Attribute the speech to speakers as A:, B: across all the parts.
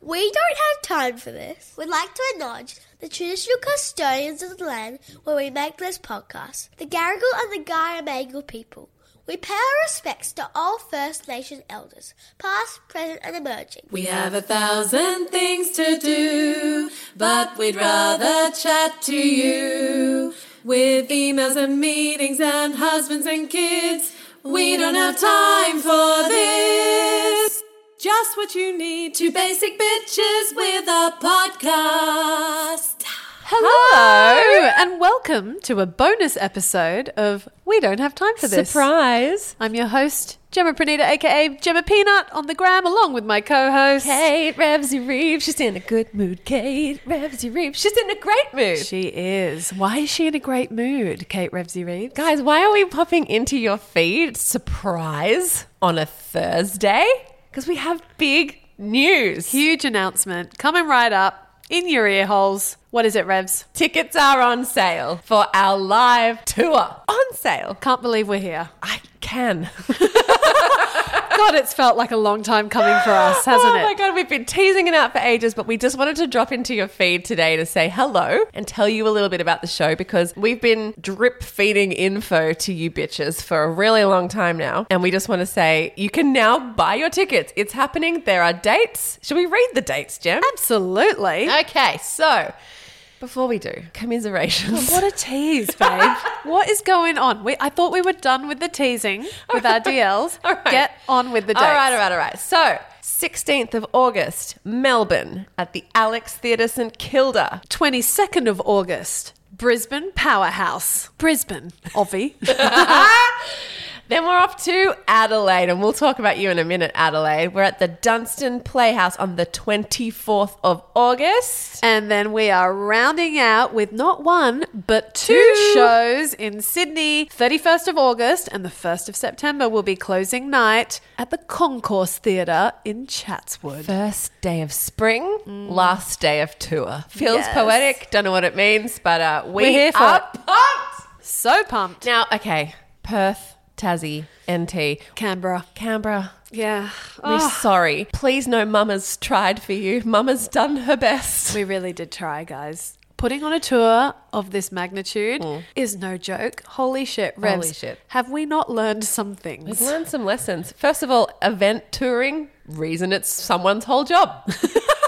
A: We don't have time for this.
B: We'd like to acknowledge
A: The traditional custodians of the land where we make this podcast, the Garigal and the Garamangal people. We pay our respects to all First Nation elders, past, present, and emerging.
C: We have a thousand things to do, but we'd rather chat to you. With emails and meetings and husbands and kids, we don't have time for this. Just what you need, two basic bitches with a podcast.
D: Hello and welcome to a bonus episode of We Don't Have Time for This.
E: Surprise.
D: I'm your host, Gemma Pranita, aka Gemma Peanut, on the gram, along with my co-host.
E: Kate Revsy Reeves. She's in a good mood. Kate Revsy Reeves. She's in a great mood.
D: She is. Why is she in a great mood, Kate Revsy Reeves?
E: Guys, why are we popping into your feed? Surprise on a Thursday? Because we have big news.
D: Huge announcement coming right up in your ear holes. What is it, Revs?
E: Tickets are on sale for our live tour. On sale.
D: Can't believe we're here.
E: I can.
D: God, it's felt like a long time coming for us, hasn't
E: oh
D: it?
E: my god, we've been teasing it out for ages, but we just wanted to drop into your feed today to say hello and tell you a little bit about the show because we've been drip feeding info to you bitches for a really long time now. And we just want to say you can now buy your tickets. It's happening. There are dates. Should we read the dates, Jem?
D: Absolutely.
E: Okay, so before we do, commiserations.
D: What a tease, babe. what is going on? We, I thought we were done with the teasing with our DLs.
E: All right.
D: Get on with the dates.
E: All right, all right, all right. So, 16th of August, Melbourne at the Alex Theatre St Kilda.
D: 22nd of August, Brisbane Powerhouse. Brisbane, Obvi.
E: Then we're off to Adelaide, and we'll talk about you in a minute, Adelaide. We're at the Dunstan Playhouse on the 24th of August.
D: and then we are rounding out with not one, but two, shows in Sydney. 31st of August and the 1st of September will be closing night at the Concourse Theatre in Chatswood.
E: First day of spring, last day of tour. Feels
D: Mm. Yes.
E: poetic, don't know what it means, but uh, we
D: We're here for
E: are
D: it.
E: pumped.
D: So pumped.
E: Now, okay, Perth, Tassie, NT,
D: Canberra.
E: Canberra.
D: Yeah.
E: We're
D: Oh.
E: sorry. Please know Mama's tried for you. Mama's done her best.
D: We really did try, guys. Putting on a tour of this magnitude is no joke. Holy shit, Revs.
E: Mm. Holy shit.
D: Have we not learned some
E: We've
D: things?
E: learned some lessons. First of all, event touring, reason it's someone's whole job.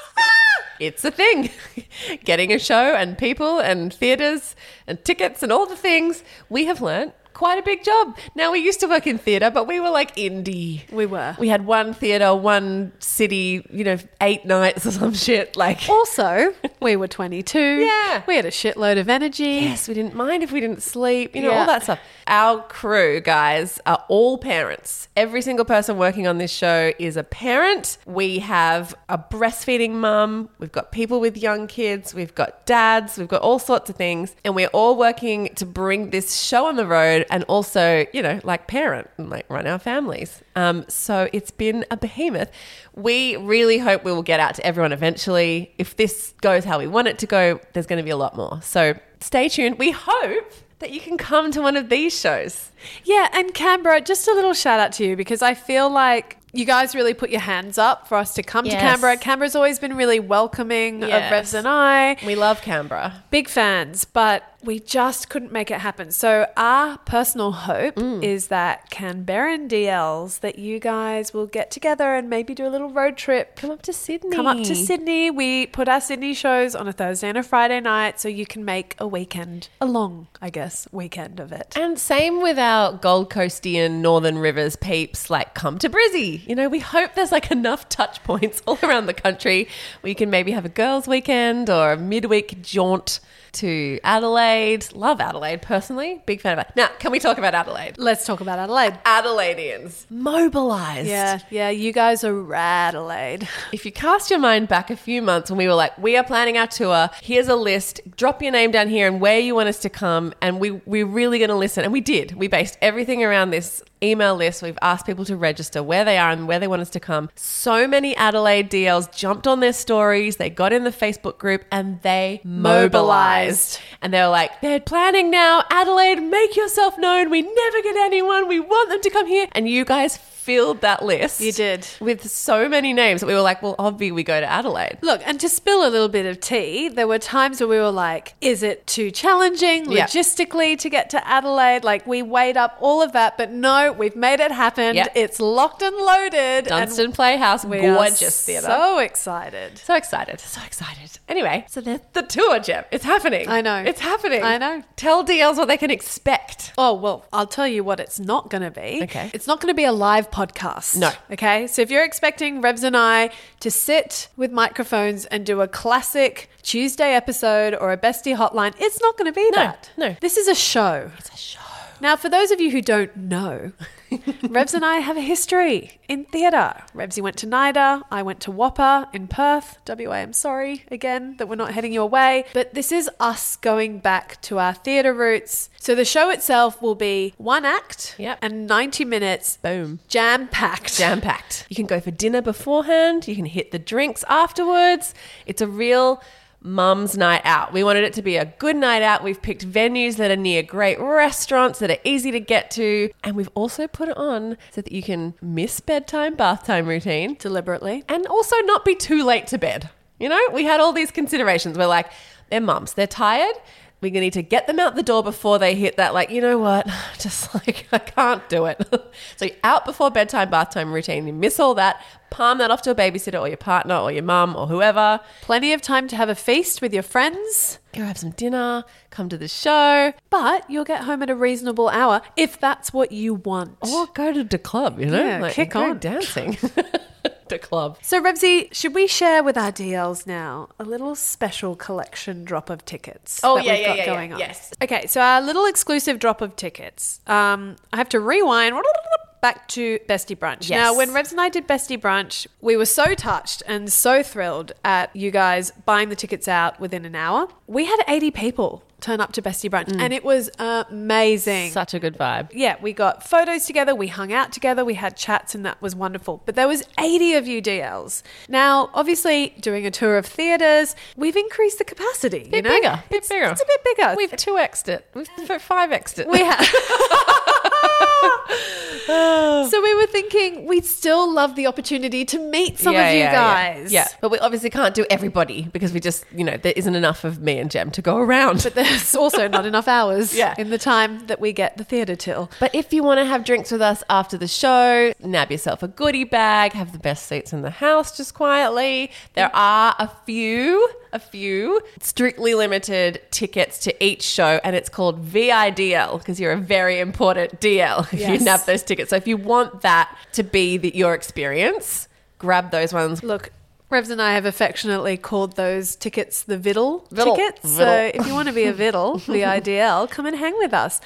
E: it's a thing. Getting a show and people and theatres and tickets and all the things. We have learnt quite a big job. Now, we used to work in theatre, but we were like indie.
D: We were.
E: We had one theatre, one city, you know, eight nights or some shit. Like,
D: Also, we were 22.
E: Yeah.
D: We had a shitload of energy.
E: Yes, we didn't mind if we didn't sleep, you know, all
D: Yeah.
E: that stuff. Our crew, guys, are all parents. Every single person working on this show is a parent. We have a breastfeeding mum, we've got people with young kids, we've got dads, we've got all sorts of things. And we're all working to bring this show on the road and also, you know, like parent and like run our families. Um, so it's been a behemoth. We really hope we will get out to everyone eventually. If this goes how we want it to go, there's going to be a lot more. So stay tuned. We hope that you can come to one of these shows.
D: Yeah, and Canberra, just a little shout out to you because I feel like you guys really put your hands up for us to come to
E: Yes.
D: Canberra. Canberra's always been really welcoming
E: Yes.
D: of Revs and I.
E: We love Canberra.
D: big fans, but we just couldn't make it happen. So our personal hope is that Canberran DLs that you guys will get together and maybe do a little road trip.
E: Come up to Sydney.
D: Come up to Sydney. We put our Sydney shows on a Thursday and a Friday night so you can make a weekend, a long, I guess, weekend of it.
E: And same with our Gold Coastian Northern Rivers peeps, like come to Brizzy. You know, we hope there's like enough touch points all around the country where you can maybe have a girls' weekend or a midweek jaunt to Adelaide. Love Adelaide personally. Big fan of it. Now, can we talk about Adelaide?
D: Let's talk about Adelaide.
E: Adelaideans mobilized.
D: Yeah, yeah, you guys are Adelaide.
E: If you cast your mind back a few months when we were like, we are planning our tour, here's a list, drop your name down here and where you want us to come, and we, we're really going to listen. And we did. We based everything around this email list. We've asked people to register where they are and where they want us to come. So many Adelaide DLs jumped on their stories, they got in the Facebook group, and they mobilized.
D: Mobilized.
E: And they were like, they're planning now, Adelaide, make yourself known. We never get anyone, we want them to come here. And you guys filled that list.
D: You did.
E: With so many names that we were like, well, obvi, we go to Adelaide.
D: Look, and to spill a little bit of tea, there were times where we were like, is it too challenging
E: Yeah.
D: logistically to get to Adelaide? Like, we weighed up all of that, but no, we've made it happen.
E: Yeah.
D: It's locked and loaded.
E: Dunstan Playhouse,
D: and we are
E: gorgeous theatre.
D: so excited.
E: So excited. So excited. Anyway, so there's the tour, Jeb. It's happening.
D: I know.
E: It's happening.
D: I know.
E: Tell DLs what they can expect.
D: Oh, well, I'll tell you what it's not going to be.
E: Okay.
D: It's not going to be a live podcast.
E: No.
D: Okay. So if you're expecting Rebs and I to sit with microphones and do a classic Tuesday episode or a bestie hotline, it's not going to be that.
E: no.
D: This is a show. It's a show. Now, for those of you who don't know, Rebs and I have a history in theatre. Rebsy went to NIDA, I went to Whopper in Perth. WA, I'm sorry again that we're not heading your way, but this is us going back to our theatre roots. So the show itself will be one act
E: Yep.
D: and 90 minutes,
E: Boom.
D: jam packed.
E: Jam packed. You can go for dinner beforehand. You can hit the drinks afterwards. It's a real mum's night out. We wanted it to be a good night out. We've picked venues that are near great restaurants that are easy to get to. And we've also put it on so that you can miss bedtime, bath time routine.
D: Deliberately.
E: and also not be too late to bed. You know, we had all these considerations. We're like, they're mums, they're tired. We need to get them out the door before they hit that, like, you know what? Just like, I can't do it. so you're out before bedtime, bath time routine. You miss all that. Palm that off to a babysitter or your partner or your mum or whoever.
D: Plenty of time to have a feast with your friends,
E: Go have some dinner, come to the show,
D: but you'll get home at a reasonable hour if that's what you want.
E: or go to the club, you know?
D: Yeah, kick
E: go
D: on.
E: dancing. the club.
D: So, Rebsy, should we share with our DLs now a little special collection drop of tickets?
E: Oh,
D: that
E: yeah,
D: we've
E: yeah,
D: got
E: yeah, yeah.
D: going on?
E: Yes.
D: Okay, so our little exclusive drop of tickets. Um, I have to rewind back to Bestie Brunch. Now,
E: Yes.
D: when Rebs and I did Bestie Brunch, we were so touched and so thrilled at you guys buying the tickets out within an hour. We had 80 people turn up to Bestie Brunch,
E: Mm.
D: and it was amazing
E: Such a good vibe.
D: yeah, we got photos together, we hung out together, we had chats, and that was wonderful. But there was 80 of you DLs. Now, obviously, doing a tour of theatres, we've increased the capacity. you
E: Bit
D: know?
E: bigger, bit
D: it's,
E: bigger.
D: It's a bit bigger.
E: We've 2x'd it. We've 5x'd it.
D: we have. so we were thinking we'd still love the opportunity to meet some
E: Yeah,
D: of you
E: yeah, yeah.
D: guys.
E: Yeah. but we obviously can't do everybody because we just, you know, there isn't enough of me and Jem to go around. But,
D: There's also not enough hours
E: Yeah.
D: in the time that we get the theatre till.
E: if you want to have drinks with us after the show, nab yourself a goodie bag, have the best seats in the house just quietly. There are a few, a few strictly limited tickets to each show, and it's called VIDL because you're a very important DL if you
D: Yes.
E: nab those tickets. So if you want that to be the, your experience, grab those ones.
D: Look, Revs and I have affectionately called those tickets the Viddle,
E: Viddle.
D: tickets. So
E: Viddle.
D: if you want to be a Viddle, the IDL, come and hang with us.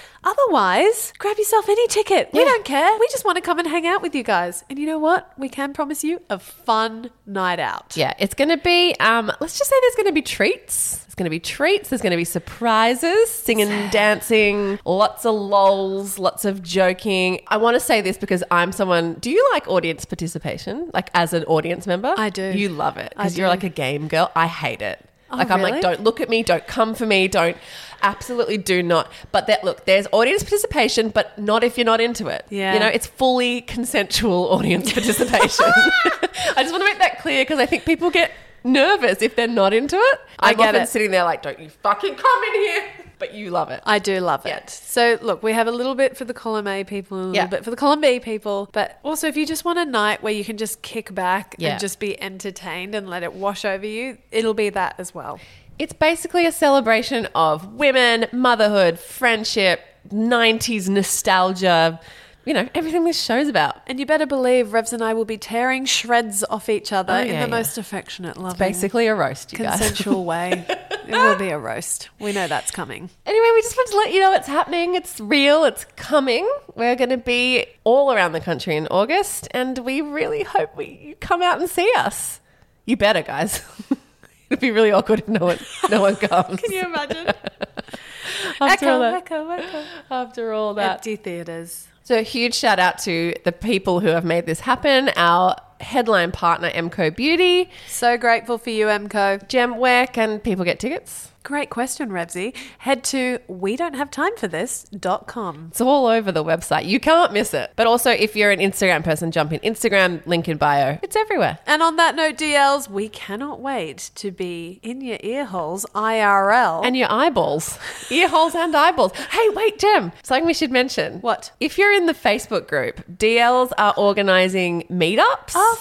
D: Otherwise, grab yourself any ticket. We
E: Yeah.
D: don't care. We just want to come and hang out with you guys. And you know what? We can promise you a fun night out.
E: Yeah, it's going to be, um, let's just say there's going to be treats. There's going to be treats. There's going to be surprises, singing, dancing, lots of lols, lots of joking. I want to say this because I'm someone, do you like audience participation? Like as an audience member?
D: I do.
E: You love it
D: I
E: because you're
D: do.
E: like a game girl. I hate it.
D: Oh,
E: Like I'm
D: really?
E: like, don't look at me, don't come for me, don't absolutely do not. But that look, there's audience participation, but not if you're not into it.
D: Yeah.
E: You know, it's fully consensual audience participation. I just want to make that clear because I think people get nervous if they're not into it.
D: I
E: I'm
D: get
E: often
D: it.
E: sitting there like, don't you fucking come in here. But you love it.
D: I do love
E: Yeah.
D: it. So look, we have a little bit for the column A people, and a
E: Yeah.
D: little bit for the column B people, but also if you just want a night where you can just kick back
E: Yeah.
D: and just be entertained and let it wash over you, it'll be that as well.
E: It's basically a celebration of women, motherhood, friendship, 90s nostalgia, you know, everything this show's about.
D: And you better believe Revs and I will be tearing shreds off each other
E: Oh,
D: in
E: yeah,
D: the
E: yeah.
D: most affectionate, loving,
E: Basically a roast, you guys.
D: consensual way. It will be a roast. We know that's coming.
E: Anyway, we just want to let you know it's happening. It's real. It's coming. We're going to be all around the country in August, and we really hope we, you come out and see us. You better, guys. It'd be really awkward if no one, no one comes.
D: Can you imagine?
E: after, all
D: echo,
E: that,
D: echo, echo.
E: after all that.
D: Empty theatres.
E: So, a huge shout out to the people who have made this happen. Our headline partner, MCO Beauty.
D: So grateful for you, Emco.
E: Gem, where can people get tickets?
D: Great question, Rebsy. Head to we don't have time for this.com.
E: It's all over the website. You can't miss it. But also, if you're an Instagram person, jump in Instagram, link in bio. It's everywhere.
D: And on that note, DLs, we cannot wait to be in your ear holes IRL.
E: And your eyeballs, ear holes and eyeballs. Hey, wait, Jem, something we should mention.
D: What?
E: If you're in the Facebook group, DLs are organizing meetups.
D: oh,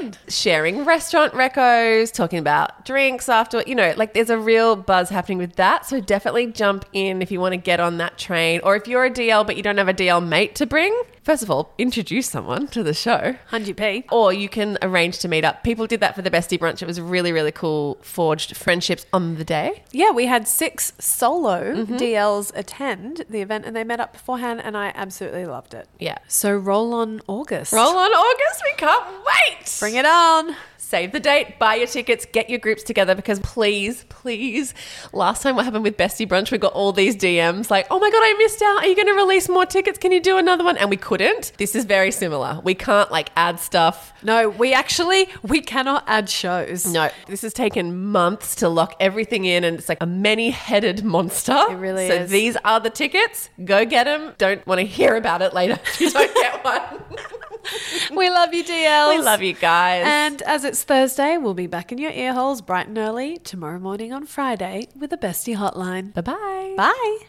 D: fun!
E: sharing restaurant recos, talking about drinks after, you know, like there's a real buzz happening with that. So definitely jump in if you want to get on that train or if you're a DL but you don't have a DL mate to bring. First of all, introduce someone to the show.
D: 100p.
E: Or you can arrange to meet up. People did that for the Bestie Brunch. It was really, really cool. Forged friendships on the day.
D: Yeah, we had six solo
E: Mm-hmm.
D: DLs attend the event and they met up beforehand, and I absolutely loved it.
E: Yeah.
D: So roll on August.
E: Roll on August. We can't wait.
D: Bring it on.
E: Save the date, buy your tickets, get your groups together because please, please. Last time what happened with Bestie Brunch, we got all these DMs like, oh my God, I missed out. Are you going to release more tickets? Can you do another one? And we couldn't. This is very similar. We can't like add stuff.
D: No, we actually we cannot add shows.
E: No, this has taken months to lock everything in and it's like a many headed monster. It
D: really
E: so
D: is.
E: So these are the tickets. Go get them. Don't want to hear about it later if you don't get one.
D: We love you, DLs.
E: we love you guys.
D: And as it's Thursday, we'll be back in your ear holes bright and early tomorrow morning on Friday with the Bestie Hotline.
E: bye bye.
D: Bye.